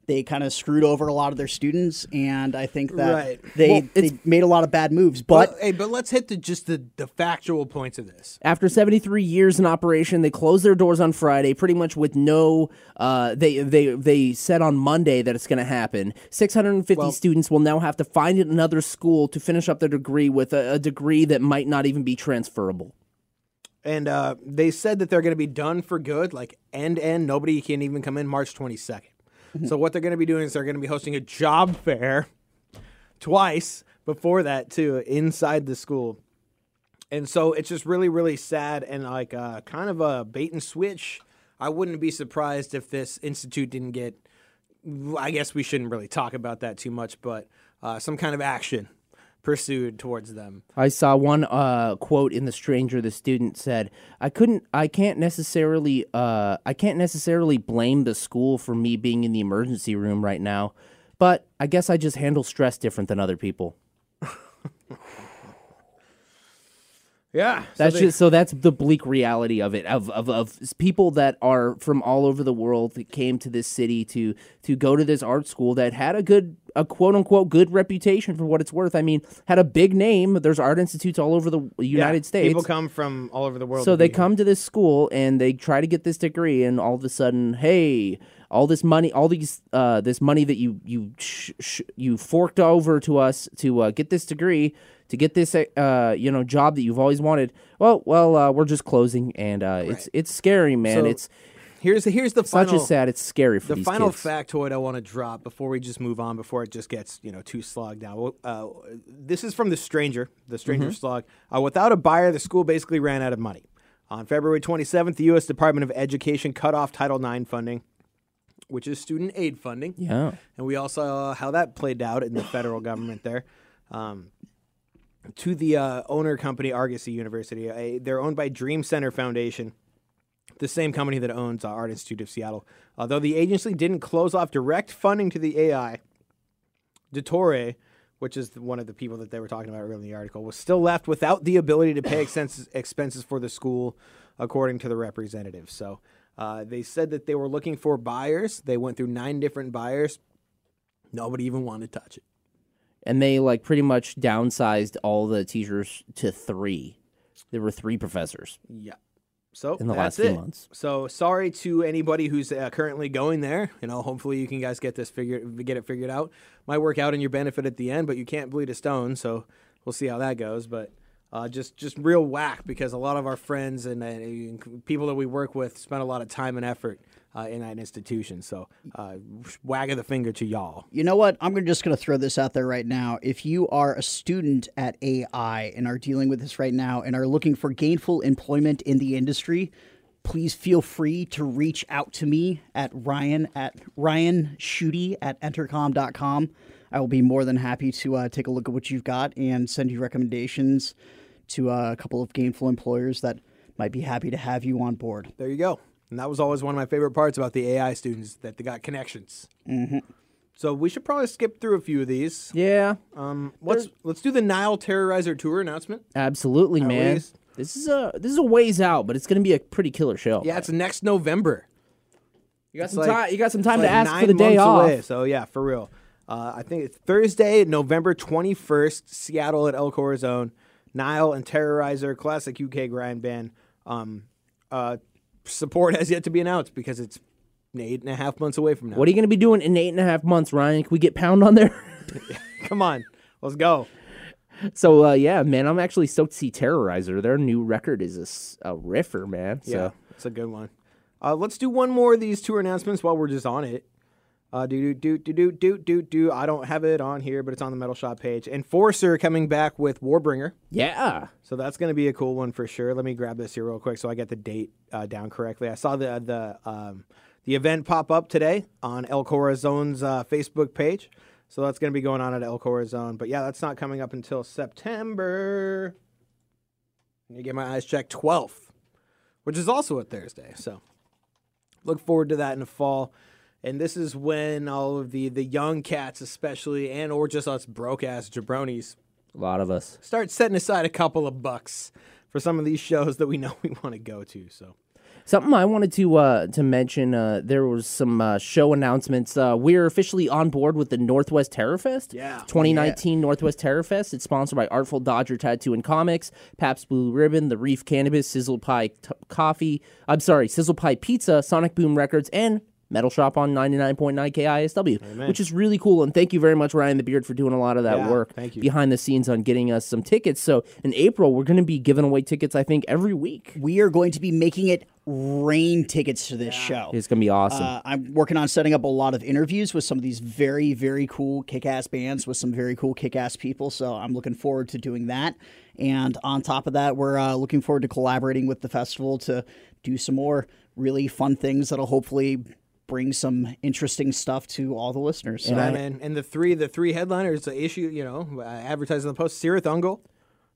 Speaker 4: they kind of screwed over a lot of their students, and I think that
Speaker 2: Right.
Speaker 4: they
Speaker 3: Well,
Speaker 4: they made a lot of bad moves. But
Speaker 2: but hey, but let's hit the just the, the factual points of this.
Speaker 3: After 73 years in operation, they closed their doors on Friday, pretty much with no. Uh, they they they said on Monday that it's going to happen. 650 students will now have to find another school to finish up their degree with a, a degree that might not even be transferable.
Speaker 2: And uh, they said that they're going to be done for good, like end end. Nobody can even come in March 22nd. So what they're going to be doing is they're going to be hosting a job fair twice before that too inside the school. And so it's just really really sad and like uh, kind of a bait and switch. I wouldn't be surprised if this institute didn't get. I guess we shouldn't really talk about that too much, but uh, some kind of action pursued towards them.
Speaker 3: I saw one uh, quote in The Stranger. The student said, "I couldn't. I can't necessarily. Uh, I can't necessarily blame the school for me being in the emergency room right now, but I guess I just handle stress different than other people."
Speaker 2: Yeah, so
Speaker 3: That's
Speaker 2: they-
Speaker 3: just so that's the bleak reality of it of, of of s- people that are from all over the world that came to this city to to go to this art school that had a good a quote unquote good reputation for what it's worth. I mean, had a big name. There's art institutes all over the w-
Speaker 2: Yeah,
Speaker 3: United States.
Speaker 2: People come from all over the world.
Speaker 3: so
Speaker 2: to
Speaker 3: they
Speaker 2: be here.
Speaker 3: come to this school and they try to get this degree and all of a sudden, hey, all this money, all these uh this money that you you sh- sh- you forked over to us to uh, get this degree, to get this uh you know job that you've always wanted. Well, well, uh, we're just closing and uh it's it's scary, man.
Speaker 2: So,
Speaker 3: it's
Speaker 2: Here's the here's the
Speaker 3: such
Speaker 2: final
Speaker 3: a sad, it's scary for
Speaker 2: the
Speaker 3: these
Speaker 2: final
Speaker 3: kids.
Speaker 2: factoid I want to drop before we just move on before it just gets you know too slogged down. Uh, this is from the stranger, the stranger
Speaker 3: Mm-hmm.
Speaker 2: slog. Uh, without a buyer, the school basically ran out of money. On February 27th, the U.S. Department of Education cut off Title IX funding. which is student aid funding.
Speaker 3: Yeah.
Speaker 2: And we all saw how that played out in the federal government there. Um, to the uh, owner company, Argosy University. I, they're owned by Dream Center Foundation, the same company that owns uh, Art Institute of Seattle. Although the agency didn't close off direct funding to the AI, DeTore, which is the- one of the people that they were talking about earlier in the article, was still left without the ability to pay expenses, expenses for the school, according to the representative. So uh, they said that they were looking for buyers. They went through nine different buyers. Nobody even wanted to touch it.
Speaker 3: and they like pretty much downsized all the teachers to three. There were three professors.
Speaker 2: Yeah. So
Speaker 3: In the
Speaker 2: that's
Speaker 3: last few
Speaker 2: it.
Speaker 3: months.
Speaker 2: So sorry to anybody who's uh, currently going there. You know, hopefully you can guys get this figured, get it figured out. Might work out in your benefit at the end, but you can't bleed a stone. So we'll see how that goes. But uh, just just real whack because a lot of our friends and, and uh, people that we work with spend a lot of time and effort uh, in that institution. So uh, wag of the finger to y'all.
Speaker 4: You know what? I'm gonna just going to throw this out there right now. If you are a student at AI and are dealing with this right now and are looking for gainful employment in the industry, please feel free to reach out to me at Ryan at Ryan Shooty at entercom.com. I will be more than happy to uh, take a look at what you've got and send you recommendations to uh, a couple of gainful employers that might be happy to have you on board.
Speaker 2: There you go. And that was always one of my favorite parts about the AI students that they got connections. Mm-hmm. So we should probably skip through a few of these.
Speaker 3: Yeah,
Speaker 2: Um, let's let's do the Nile Terrorizer tour announcement.
Speaker 3: absolutely, man.
Speaker 2: least-
Speaker 3: This is a this is a ways out, but it's going to be a pretty killer show.
Speaker 2: Yeah, it's next November.
Speaker 3: you got
Speaker 2: It's
Speaker 3: some
Speaker 2: like-
Speaker 3: time. You got some time
Speaker 2: it's
Speaker 3: to
Speaker 2: like
Speaker 3: ask for
Speaker 2: nine
Speaker 3: the day
Speaker 2: months
Speaker 3: off.
Speaker 2: away, so yeah, for real. Uh, I think it's Thursday, November twenty first, Seattle at El Corazon. Nile and Terrorizer, classic UK grind band. Um, uh, support has yet to be announced because it's eight and a half months away from now.
Speaker 3: What are you going to be doing in eight and a half months, Ryan? Can we get pound on there? *laughs*
Speaker 2: Come on, let's go.
Speaker 3: so uh, yeah, man, I'm actually stoked to see Terrorizer. Their new record is a, s- a riffer, man. So.
Speaker 2: Yeah, it's a good one. Uh, let's do one more of these tour announcements while we're just on it. Uh, do do do do do do do do. I don't have it on here, but it's on the Metal Shop page. Enforcer coming back with Warbringer,
Speaker 3: Yeah.
Speaker 2: so that's going to be a cool one for sure. Let me grab this here real quick so I get the date uh, down correctly. I saw the the um, the event pop up today on El Corazon's uh, Facebook page, so that's going to be going on at El Corazon. But yeah, that's not coming up until September. Let me get my eyes checked. Twelfth which is also a Thursday. So look forward to that in the fall. And this is when all of the the young cats, especially, and or just us broke ass jabronis,
Speaker 3: A lot of us.
Speaker 2: start setting aside a couple of bucks for some of these shows that we know *laughs* we want to go to. So
Speaker 3: Something I wanted to uh, to mention. Uh, there was some uh, show announcements. Uh, we're officially on board with the Northwest Terror Fest.
Speaker 2: Yeah.
Speaker 3: 2019 Northwest Terror Fest. It's sponsored by Artful Dodger Tattoo and Comics, Pabst Blue Ribbon, The Reef Cannabis, Sizzle Pie t- Coffee. I'm sorry, Sizzle Pie Pizza, Sonic Boom Records, and Metal Shop on 99.9 KISW, which is really cool. And thank you very much, Ryan the Beard, for doing a lot of that
Speaker 2: Yeah,
Speaker 3: work
Speaker 2: thank you.
Speaker 3: behind the scenes on getting us some tickets. So in April, we're going to be giving away tickets, I think, every week.
Speaker 4: We are going to be making it rain tickets to this show.
Speaker 3: It's going to be awesome.
Speaker 4: Uh, I'm working on setting up a lot of interviews with some of these very, very cool kick ass bands with some very cool kick ass people. So I'm looking forward to doing that. And on top of that, we're uh, looking forward to collaborating with the festival to do some more really fun things that'll hopefully bring some interesting stuff to all the listeners. So,
Speaker 2: and, Um, and, the three the three headliners the issue you know uh, advertised in the post: Sirith Ungle,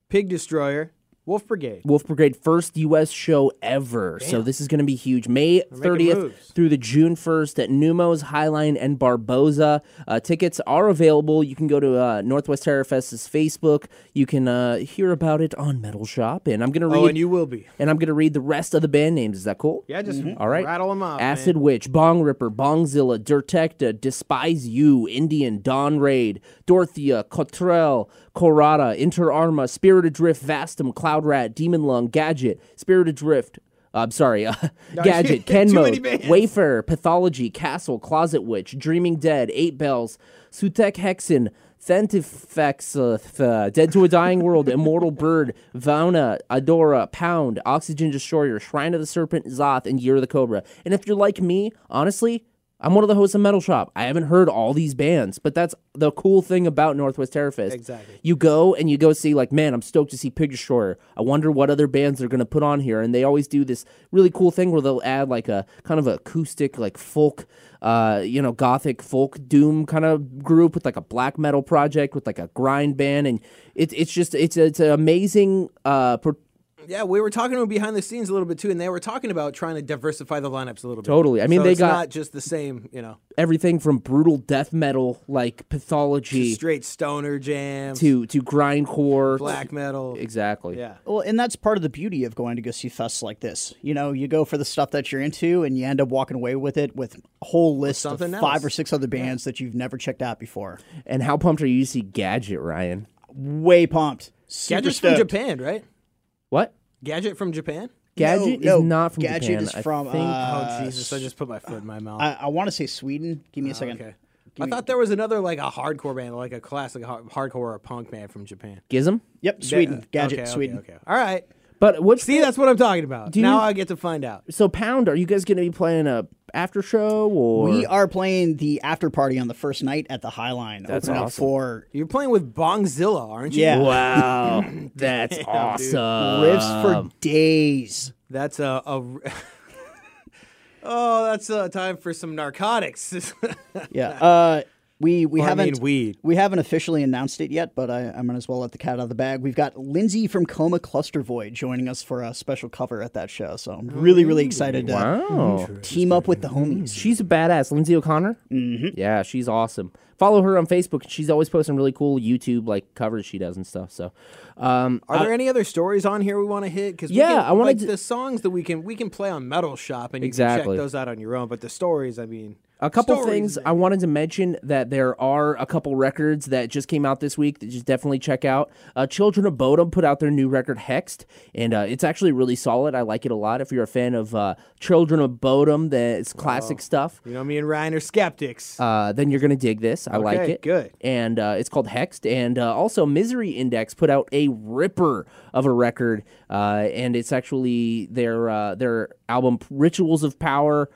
Speaker 2: Pig Destroyer, Wolf Brigade.
Speaker 3: Wolf Brigade first U.S. show ever. So this is going to be huge. May
Speaker 2: making
Speaker 3: 30th
Speaker 2: moves.
Speaker 3: through the June 1st at Numo's, Highline, and Barboza. Uh, tickets are available. You can go to uh, Northwest Terror Fest's Facebook. You can uh, hear about it on Metal Shop. And I'm going to read.
Speaker 2: Oh, and you will be.
Speaker 3: and I'm going to read the rest of the band names. Is that cool?
Speaker 2: Yeah, just
Speaker 3: All right.
Speaker 2: Mm-hmm. rattle them off. man.
Speaker 3: Acid Witch, Bong Ripper, Bongzilla, Dirtecta, Despise You, Indian, Dawn Raid, Dorothea, Cotrell, Corrada, Inter Arma, Spirit Adrift, Vastum, Cloud Rat, Demon Lung, Gadget, Spirit Adrift. I'm
Speaker 2: *laughs*
Speaker 3: sorry, *laughs* uh, Gadget,
Speaker 2: too
Speaker 3: Ken
Speaker 2: many
Speaker 3: Mode,
Speaker 2: bands.
Speaker 3: Wayfarer, Pathology, Castle, Closet Witch, Dreaming Dead, Eight Bells, Sutek Hexen, Thentifex, uh, th- uh, Dead to a Dying World, Immortal Bird, Vauna, Adora, Pound, Oxygen Destroyer, Shrine of the Serpent, Zoth, and Year of the Cobra. And if you're like me, honestly, I'm one of the hosts of Metal Shop. I haven't heard all these bands, but that's the cool thing about Northwest Terrorfest.
Speaker 2: Exactly.
Speaker 3: You go and you go see, like, man, I'm stoked to see Picture Shorter. I wonder what other bands they're going to put on here. And they always do this really cool thing where they'll add, like, a kind of acoustic, like, folk, uh, you know, gothic folk doom kind of group with, like, a black metal project with, like, a grind band. And it, it's just, it's, it's an amazing uh, pro-
Speaker 2: Yeah, we were talking to them behind the scenes a little bit too, and they were talking about trying to diversify the lineups a little bit.
Speaker 3: Totally. I mean,
Speaker 2: So
Speaker 3: they
Speaker 2: it's
Speaker 3: got-
Speaker 2: not just the same, you know,
Speaker 3: everything from brutal death metal, like, pathology.
Speaker 2: straight stoner jams,
Speaker 3: to to grindcore
Speaker 2: black metal.
Speaker 3: exactly
Speaker 2: Yeah.
Speaker 4: Well, and that's part of the beauty of going to go see fests like this. You know, you go for the stuff that you're into, and you end up walking away with it with a whole list of
Speaker 2: something
Speaker 4: five
Speaker 2: else.
Speaker 4: or six other bands that you've never checked out before.
Speaker 3: and how pumped are you to see gadget ryan
Speaker 4: Way pumped. Super
Speaker 2: Gadget's from
Speaker 4: stoked.
Speaker 2: Japan, right?
Speaker 3: what
Speaker 2: Gadget from Japan.
Speaker 3: gadget
Speaker 4: no,
Speaker 3: is not from
Speaker 4: Gadget
Speaker 3: Japan.
Speaker 4: is
Speaker 3: I
Speaker 4: from,
Speaker 3: think-
Speaker 4: uh,
Speaker 2: Oh Jesus! I just put my foot in my mouth.
Speaker 4: I, I want to say Sweden. Give me
Speaker 3: Oh,
Speaker 4: a second.
Speaker 2: okay. I thought there was another like a hardcore band, like a classic har- hardcore or a punk band from Japan.
Speaker 3: Gizm.
Speaker 4: Yep, Sweden.
Speaker 3: uh,
Speaker 2: Yeah,
Speaker 4: Gadget,
Speaker 2: okay, okay,
Speaker 4: Sweden.
Speaker 2: Okay, All right.
Speaker 3: But what's
Speaker 2: See, that's what I'm talking about.
Speaker 3: you
Speaker 2: now
Speaker 3: know-
Speaker 2: I get to find out.
Speaker 3: so pound? Are you guys going to be playing a after show or
Speaker 4: We are playing the after party on the first night at the Highline.
Speaker 3: That's
Speaker 4: opening up
Speaker 3: awesome.
Speaker 4: for
Speaker 2: You're playing with Bongzilla, aren't you?
Speaker 4: yeah
Speaker 3: Wow, that's awesome.
Speaker 4: riffs for
Speaker 3: um,
Speaker 4: days.
Speaker 2: That's a. a- *laughs* oh, that's uh, time for some narcotics. *laughs*
Speaker 3: *laughs*
Speaker 4: Yeah. Uh, we we
Speaker 2: Or, I
Speaker 4: haven't
Speaker 2: mean, weed.
Speaker 4: we haven't officially announced it yet, but I, I might as well let the cat out of the bag. We've got Lindsay from Coma Cluster Void joining us for a special cover at that show, so I'm really really excited to
Speaker 3: Wow, Mm.
Speaker 4: team up with the homies.
Speaker 3: Oh, she's a badass, Lindsay O'Connor. Mm-hmm. Yeah, she's awesome. Follow her on Facebook. She's always posting really cool YouTube like covers she does and stuff. So, um,
Speaker 2: Are there any other stories on here we want to hit? Because
Speaker 3: Yeah, I wanted
Speaker 2: like
Speaker 3: to-
Speaker 2: the songs that we can we can play on Metal Shop, and you can
Speaker 3: Exactly.
Speaker 2: check those out on your own. But the stories, I mean,
Speaker 3: A couple
Speaker 2: stories,
Speaker 3: things
Speaker 2: man.
Speaker 3: I wanted to mention that there are a couple records that just came out this week that just definitely check out. Uh, Children of Bodom put out their new record Hexed, and uh, it's actually really solid. I like it a lot. If you're a fan of uh, Children of Bodom, that's classic stuff.
Speaker 2: You know, me and Ryan are skeptics.
Speaker 3: Uh, then you're gonna dig this. I like
Speaker 2: Okay,
Speaker 3: it.
Speaker 2: good.
Speaker 3: And uh, it's called Hexed. And uh, also, Misery Index put out a ripper of a record, uh, and it's actually their uh, their album Rituals of Power,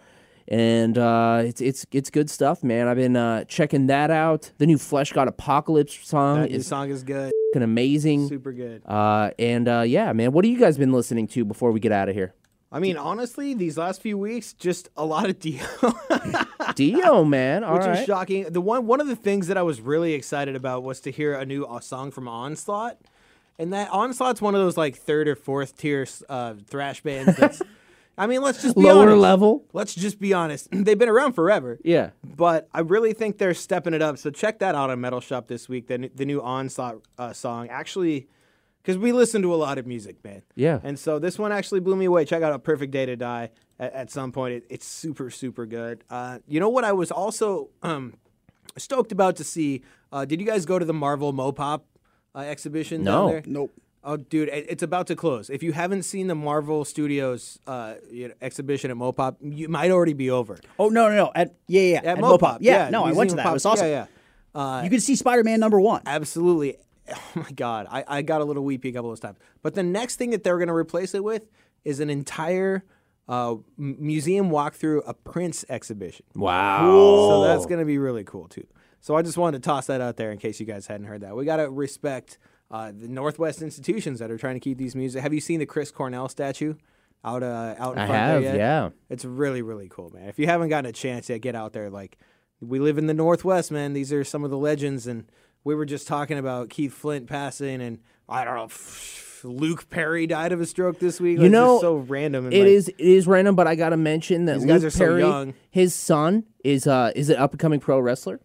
Speaker 3: and uh, it's it's it's good stuff, man. I've been uh, checking that out. The new Flesh God Apocalypse song
Speaker 2: that new
Speaker 3: is
Speaker 2: song is good,
Speaker 3: fucking amazing.
Speaker 2: super good.
Speaker 3: Uh, and uh, yeah, man, what have you guys been listening to before we get out of here?
Speaker 2: *laughs* I mean, honestly, these last few weeks, just a lot of *laughs* Dio,
Speaker 3: Dio, man. All
Speaker 2: which
Speaker 3: right.
Speaker 2: is shocking. The one one of the things that I was really excited about was to hear a new uh, song from Onslaught, and that Onslaught's one of those like third or fourth tier uh, thrash bands.
Speaker 3: *laughs*
Speaker 2: That's, I mean, let's just be
Speaker 3: Lower
Speaker 2: honest.
Speaker 3: level.
Speaker 2: Let's just be honest. *clears throat* They've been around forever.
Speaker 3: Yeah.
Speaker 2: But I really think they're stepping it up. So check that out on Metal Shop this week. The, n- the new Onslaught uh, song. Actually, because we listen to a lot of music, man.
Speaker 3: Yeah.
Speaker 2: And so this one actually blew me away. Check out A Perfect Day to Die at, at some point. It, it's super, super good. Uh, you know what I was also um, stoked about to see? Uh, did you guys go to the Marvel Mopop uh, exhibition
Speaker 3: No.
Speaker 2: down there?
Speaker 4: Nope.
Speaker 2: Oh, dude, it- it's about to close. If you haven't seen the Marvel Studios uh, you know, exhibition at Mopop, you might already be over.
Speaker 4: Oh no no no! At yeah yeah
Speaker 2: At, Mopop.
Speaker 4: Yeah, no, I went to
Speaker 2: Museum of
Speaker 4: that.
Speaker 2: Pop.
Speaker 4: It was awesome.
Speaker 2: Yeah, yeah. Uh,
Speaker 4: You could see Spider Man number one.
Speaker 2: absolutely. Oh my God, I, I got a little weepy a couple of times. But the next thing that they're going to replace it with is an entire uh, m- museum walkthrough, a Prince exhibition.
Speaker 3: Wow.
Speaker 2: So that's going to be really cool too. So I just wanted to toss that out there in case you guys hadn't heard that. We got to respect uh, the Northwest institutions that are trying to keep these music. Have you seen the Chris Cornell statue out uh, out in
Speaker 3: I
Speaker 2: front
Speaker 3: have,
Speaker 2: there yet?
Speaker 3: yeah.
Speaker 2: It's really really cool, man. If you haven't gotten a chance yet, get out there. Like we live in the Northwest, man. These are some of the legends, and we were just talking about Keith Flint passing, and I don't know. Luke Perry died of a stroke this week.
Speaker 3: You
Speaker 2: Like, it's
Speaker 3: know,
Speaker 2: just so random. And
Speaker 3: It
Speaker 2: like,
Speaker 3: is it is random, but I gotta mention that
Speaker 2: These guys
Speaker 3: Luke
Speaker 2: are so
Speaker 3: Perry,
Speaker 2: young.
Speaker 3: his son is uh is an up and coming pro wrestler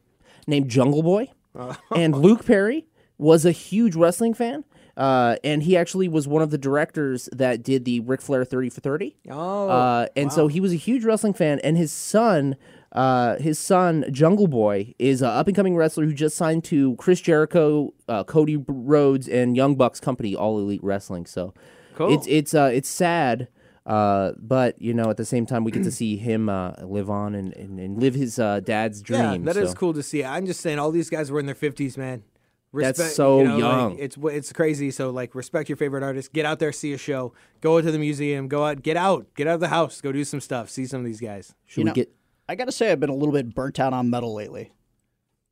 Speaker 3: named Jungle Boy,
Speaker 2: Oh.
Speaker 3: and Luke Perry was a huge wrestling fan. Uh, and he actually was one of the directors that did the Ric Flair 30 for 30.
Speaker 2: Oh,
Speaker 3: uh, and so he was a huge wrestling fan. And his son, uh, his son Jungle Boy, is an up and coming wrestler who just signed to Chris Jericho, uh, Cody Rhodes, and Young Bucks company, All Elite Wrestling. So
Speaker 2: Cool.
Speaker 3: it's it's uh, it's sad, uh, but you know at the same time we get to see him uh, live on and, and, and live his uh, dad's dream.
Speaker 2: Yeah, that is
Speaker 3: so.
Speaker 2: cool to see. I'm just saying, all these guys were in their 50s, man.
Speaker 3: That's
Speaker 2: Respect,
Speaker 3: so
Speaker 2: you know, like,
Speaker 3: young.
Speaker 2: it's wh- it's crazy. So like, respect your favorite artist. Get out there, see a show. Go to the museum. Go out. Get out. Get out of the house. Go do some stuff. See some of these guys.
Speaker 3: Should we
Speaker 4: know,
Speaker 3: get?
Speaker 4: I gotta say, I've been a little bit burnt out on metal lately.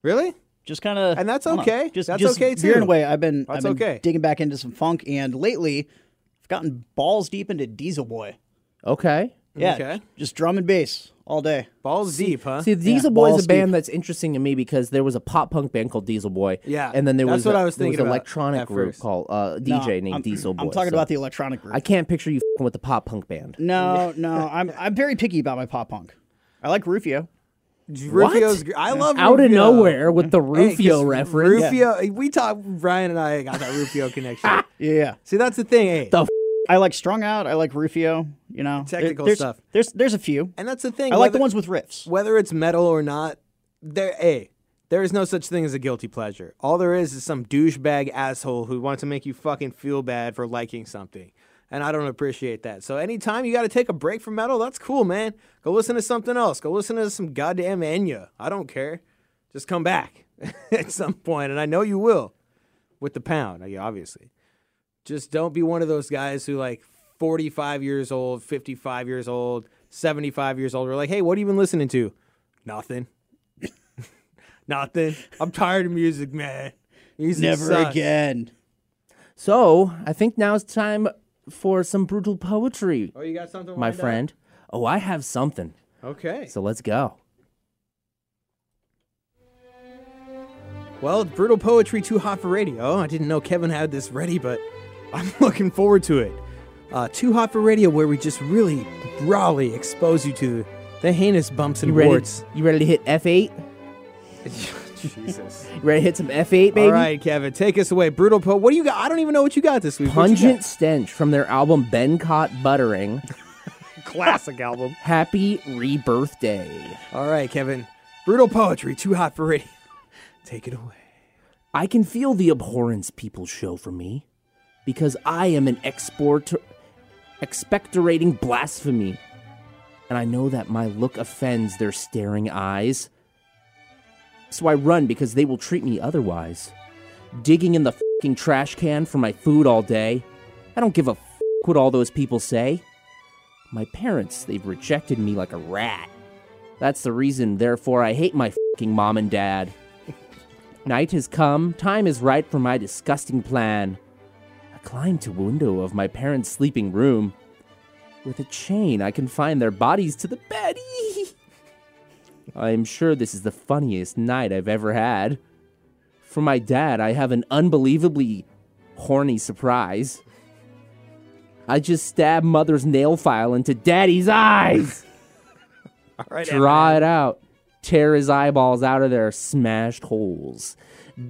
Speaker 2: Really?
Speaker 4: Just kind of,
Speaker 2: And that's okay.
Speaker 4: just
Speaker 2: That's
Speaker 4: just
Speaker 2: okay, too.
Speaker 4: veering away. I've been,
Speaker 2: That's
Speaker 4: I've been
Speaker 2: okay.
Speaker 4: digging back into some funk, and lately, I've gotten balls deep into Diesel Boy.
Speaker 3: Okay.
Speaker 4: Yeah,
Speaker 2: Okay.
Speaker 4: just drum and bass all day.
Speaker 2: Balls deep, huh?
Speaker 3: See, Diesel
Speaker 4: Yeah,
Speaker 3: Boy
Speaker 4: balls
Speaker 3: is a band that's interesting to me because there was a pop punk band called Diesel Boy.
Speaker 2: Yeah,
Speaker 3: and then there
Speaker 2: that's
Speaker 3: was
Speaker 2: what
Speaker 3: a-
Speaker 2: I was
Speaker 3: there
Speaker 2: thinking
Speaker 3: an
Speaker 2: about
Speaker 3: electronic
Speaker 2: at
Speaker 3: group
Speaker 2: first.
Speaker 3: called uh,
Speaker 4: No,
Speaker 3: DJ named
Speaker 4: I'm-
Speaker 3: Diesel Boy.
Speaker 4: I'm talking
Speaker 3: so
Speaker 4: about the electronic group.
Speaker 3: I can't picture you f***ing with the pop punk band.
Speaker 4: No, no, I'm I'm very picky about my pop punk. I like Rufio.
Speaker 2: Rufio's. gr- I love
Speaker 3: Out of
Speaker 2: Rufio.
Speaker 3: nowhere with the
Speaker 2: *laughs* Hey, 'cause
Speaker 3: Rufio reference.
Speaker 2: Rufio. We talked. Ryan and I got that Rufio
Speaker 3: *laughs*
Speaker 2: connection.
Speaker 4: Yeah,
Speaker 2: See, that's the thing. Hey,
Speaker 3: The-
Speaker 4: I like Strung Out. I like Rufio. You know, There-
Speaker 2: Technical
Speaker 4: there's,
Speaker 2: stuff.
Speaker 4: There's there's a few.
Speaker 2: and that's the thing.
Speaker 4: I like the
Speaker 2: whether-
Speaker 4: ones with riffs.
Speaker 2: whether it's metal or not, there a there is no such thing as a guilty pleasure. All there is is some douchebag asshole who wants to make you fucking feel bad for liking something. And I don't appreciate that. So anytime you got to take a break from metal, that's cool, man. Go listen to something else. Go listen to some goddamn Enya. I don't care. Just come back *laughs* at some point, and I know you will with the pound, yeah, obviously. Just don't be one of those guys who like 45 years old, 55 years old, 75 years old are like, "Hey, what have you been listening to?" Nothing. *laughs* Nothing. I'm tired of music, man. Music
Speaker 4: Never
Speaker 2: sucks.
Speaker 4: again.
Speaker 3: So I think now it's time for some brutal poetry,
Speaker 2: Oh, you got something,
Speaker 3: my
Speaker 2: lined up?
Speaker 3: friend. Oh, I have something.
Speaker 2: Okay.
Speaker 3: So let's go.
Speaker 2: Well, it's brutal poetry too hot for radio. I didn't know Kevin had this ready, but I'm *laughs* looking forward to it. Uh, too hot for radio, where we just really rawly expose you to the heinous bumps and
Speaker 3: You ready?
Speaker 2: warts. *laughs*
Speaker 3: You ready to hit F8?
Speaker 2: Jesus.
Speaker 3: You ready to hit some F8, baby?
Speaker 2: All right, Kevin, take us away. Brutal po. What do you got? I don't even know what you got this week. What you
Speaker 3: Pungent stench from their album Ben Caught Buttering.
Speaker 2: got? classic album.
Speaker 3: Happy Rebirth Day.
Speaker 2: All right, Kevin. Brutal poetry, too hot for radio. *laughs* Take it away.
Speaker 3: I can feel the abhorrence people show for me because I am an export expectorating blasphemy. And I know that my look offends their staring eyes. So I run because they will treat me otherwise. Digging in the fing trash can for my food all day. I don't give a f what all those people say. My parents, they've rejected me like a rat. That's the reason, therefore, I hate my fing mom and dad. Night has come, time is right for my disgusting plan. I climb to window of my parents' sleeping room. With a chain, I confine their bodies to the bed. *laughs* I am sure this is the funniest night I've ever had. For my dad, I have an unbelievably horny surprise. I just stab mother's nail file into daddy's eyes.
Speaker 2: *laughs* All right,
Speaker 3: Draw it out. Tear his eyeballs out of their smashed holes.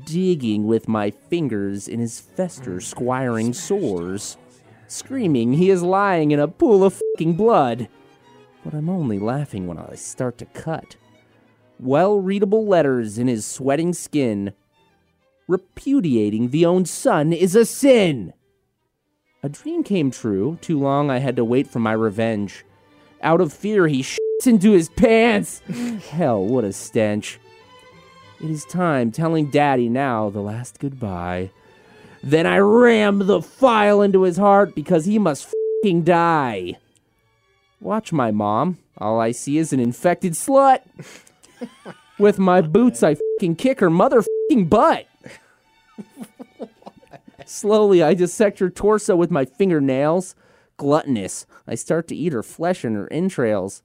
Speaker 3: Digging with my fingers in his fester, squiring sores. Screaming, he is lying in a pool of fucking blood. But I'm only laughing when I start to cut. Well readable letters in his sweating skin. Repudiating the own son is a sin. A dream came true. Too long I had to wait for my revenge. Out of fear, he shits into his pants. Hell, what a stench. It is time telling Daddy now the last goodbye. Then I ram the file into his heart because he must fing die. Watch my mom. All I see is an infected slut. With my boots, I fing kick her mother fing butt. Slowly, I dissect her torso with my fingernails. Gluttonous, I start to eat her flesh and her entrails.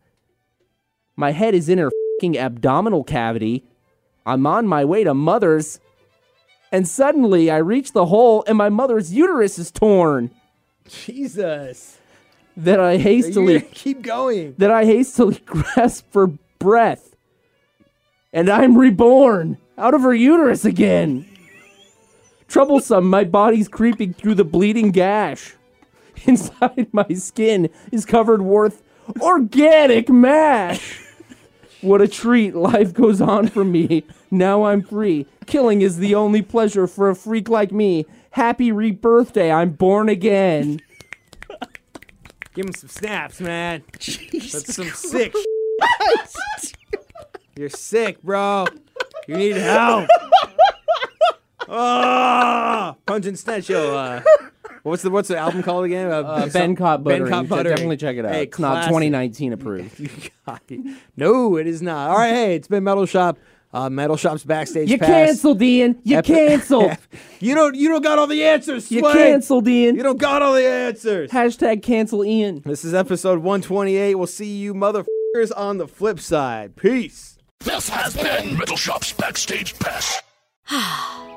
Speaker 3: My head is in her fing abdominal cavity. I'm on my way to mother's. And suddenly, I reach the hole, and my mother's uterus is torn.
Speaker 2: Jesus.
Speaker 3: Then I hastily.
Speaker 2: *laughs* You keep going.
Speaker 3: that I hastily *laughs* grasp for breath. And I'm reborn out of her uterus again. Troublesome, my body's creeping through the bleeding gash. *laughs* Inside my skin is covered with organic mash. What a treat. Life goes on for me. Now I'm free. Killing is the only pleasure for a freak like me. Happy rebirthday. I'm born again.
Speaker 2: Give him some snaps, man. That's some sick. shit. *laughs* You're sick, bro. You need
Speaker 3: *laughs*
Speaker 2: Ah! help. Oh, pungent stench. Yo, uh, What's the what's the album called again? Uh,
Speaker 3: Uh, ben Caught Buttering.
Speaker 2: Ben Caught
Speaker 3: You should
Speaker 2: Buttering.
Speaker 3: Definitely check it out.
Speaker 2: Hey,
Speaker 3: it's not
Speaker 2: classic. *laughs*
Speaker 3: 2019 approved.
Speaker 2: You got it. No, it is not. All right, hey, it's been Metal Shop. Uh, Metal Shop's backstage.
Speaker 3: you
Speaker 2: pass.
Speaker 3: canceled, Ian. You
Speaker 2: Epi-
Speaker 3: *laughs* canceled.
Speaker 2: *laughs* You don't. You don't got all the answers.
Speaker 3: you
Speaker 2: Sway.
Speaker 3: canceled, Ian.
Speaker 2: You don't got all the answers.
Speaker 3: Hashtag cancel Ian.
Speaker 2: This is episode 128. We'll see you motherfuckers on the flip side. Peace.
Speaker 1: This has been Metal Shop's Backstage Pass.